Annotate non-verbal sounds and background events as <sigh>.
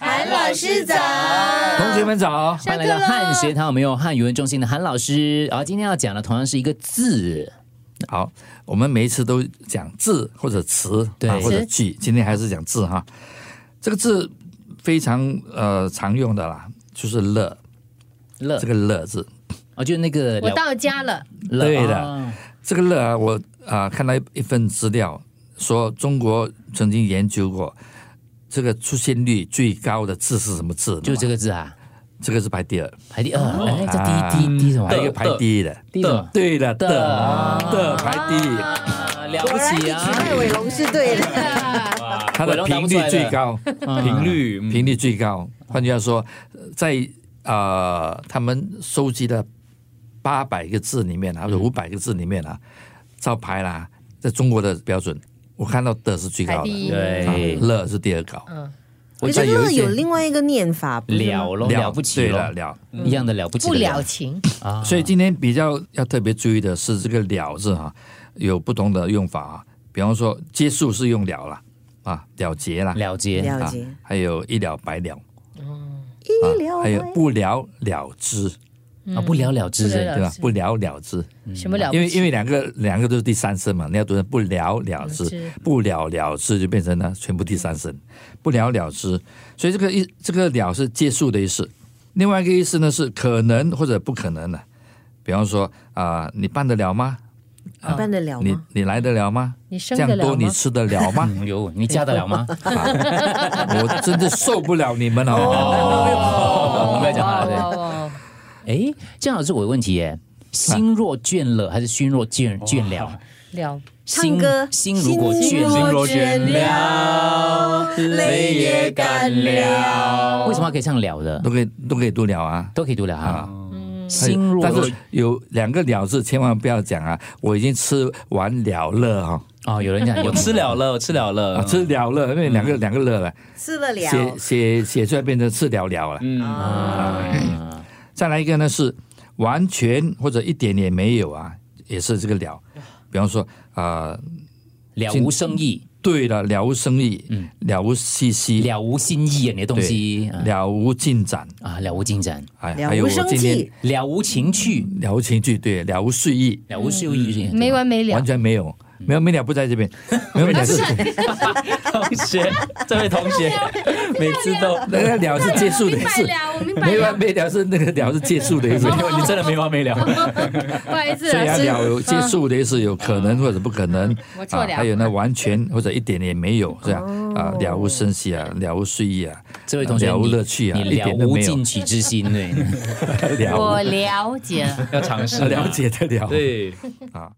老师早，同学们早，下欢迎课来到汉喽学堂，我们有汉语文中心的韩老师。然后今天要讲的同样是一个字，好，我们每一次都讲字或者词，对啊或者词句，今天还是讲字哈。这个字非常呃常用的啦，就是乐，乐这，个乐字，哦，就是那个我了到家了，乐对的哦这个乐啊，我啊、看到一一份资料说，中国曾经研究过这个出现率最高的字是什么字？就是这个，个字啊，这个是排第二，排第二，哎，啊这第一第一第一什么还有一个啊？排第一的，第一什么？对的的的的排第一，啊了果然不你起取啊！代伟龙是 <laughs> 对的。它的频率最高，频率频率最高。换句话说，在呃他们收集的八百个字里嗯面啊，或者五百个字里面啊，照排啦，在中国的标准，我看到的是最高排第一的，啊对，乐是第二高，嗯可在是有乐一些有另外一个念法，不是吗了咯，了不起对了了，了。一样的了不起的，不了情，啊！所以今天比较要特别注意的是这个“了”字啊，有不同的用法啊。比方说，结束是用“了”啦，啊，了结啦，了结，了啊解，还有一了百了，啊一了还有百不了了之，啊，不了了之，嗯不了对吧之？不了了之，什么了不因为起？因为两个两个都是第三声嘛，你要读成不了了了之之，不了了之就变成了全部第三声，不了了之。所以这个一这个了是结束的意思，另外一个意思呢是可能或者不可能的、比方说啊、你办得了吗？啊你办得了你吗？你来得了吗？你这生得样了多你吗？吃得了 <laughs> 吗？嗯有你嫁得了吗？我真的受不了你们 <laughs> 哦！我们不要讲话了，对。哦，哎，这样老师，我有问题耶，心若倦了还是心若倦倦了？了唱歌，心心如果倦了，若倦了，泪也干了。哦为什么可以唱了的都？可以都可以读了啊。都可以读了啊。嗯哎心若但是有两个了字，千万不要讲啊！我已经吃完了了哈、哦，有人讲有我吃了了，我吃了了，嗯啊，吃了了，因为两个、两个了了，吃了写了，写写出来变成吃了了了。嗯啊再来一个呢是完全或者一点也没有啊，也是这个了。比方说啊、呃了无生意，对了，了无生意，了无息息，了无新意啊，你的东西对了无进展，啊，了无进展，哎，还了有无我生今天气，了无情趣，了无情趣，对，了无睡意，了无休意，没完没了完，全没有，没有没了不在这边，没有没了是。同学，这位同学，每次都，那个了是结束的意思，我明没完没了是那个了是结束的意思，你真的没完没了。不好意思嗯所以啊老师了有结束的意思，有可能或者不可能我错啊，了还有呢完全或者一点也没有这样啊，了无生息啊，了无睡意啊，这位同学，了无你乐趣啊，你一了点都无没有进取之心，对，了我了解了。要尝试无了解的了，对。啊。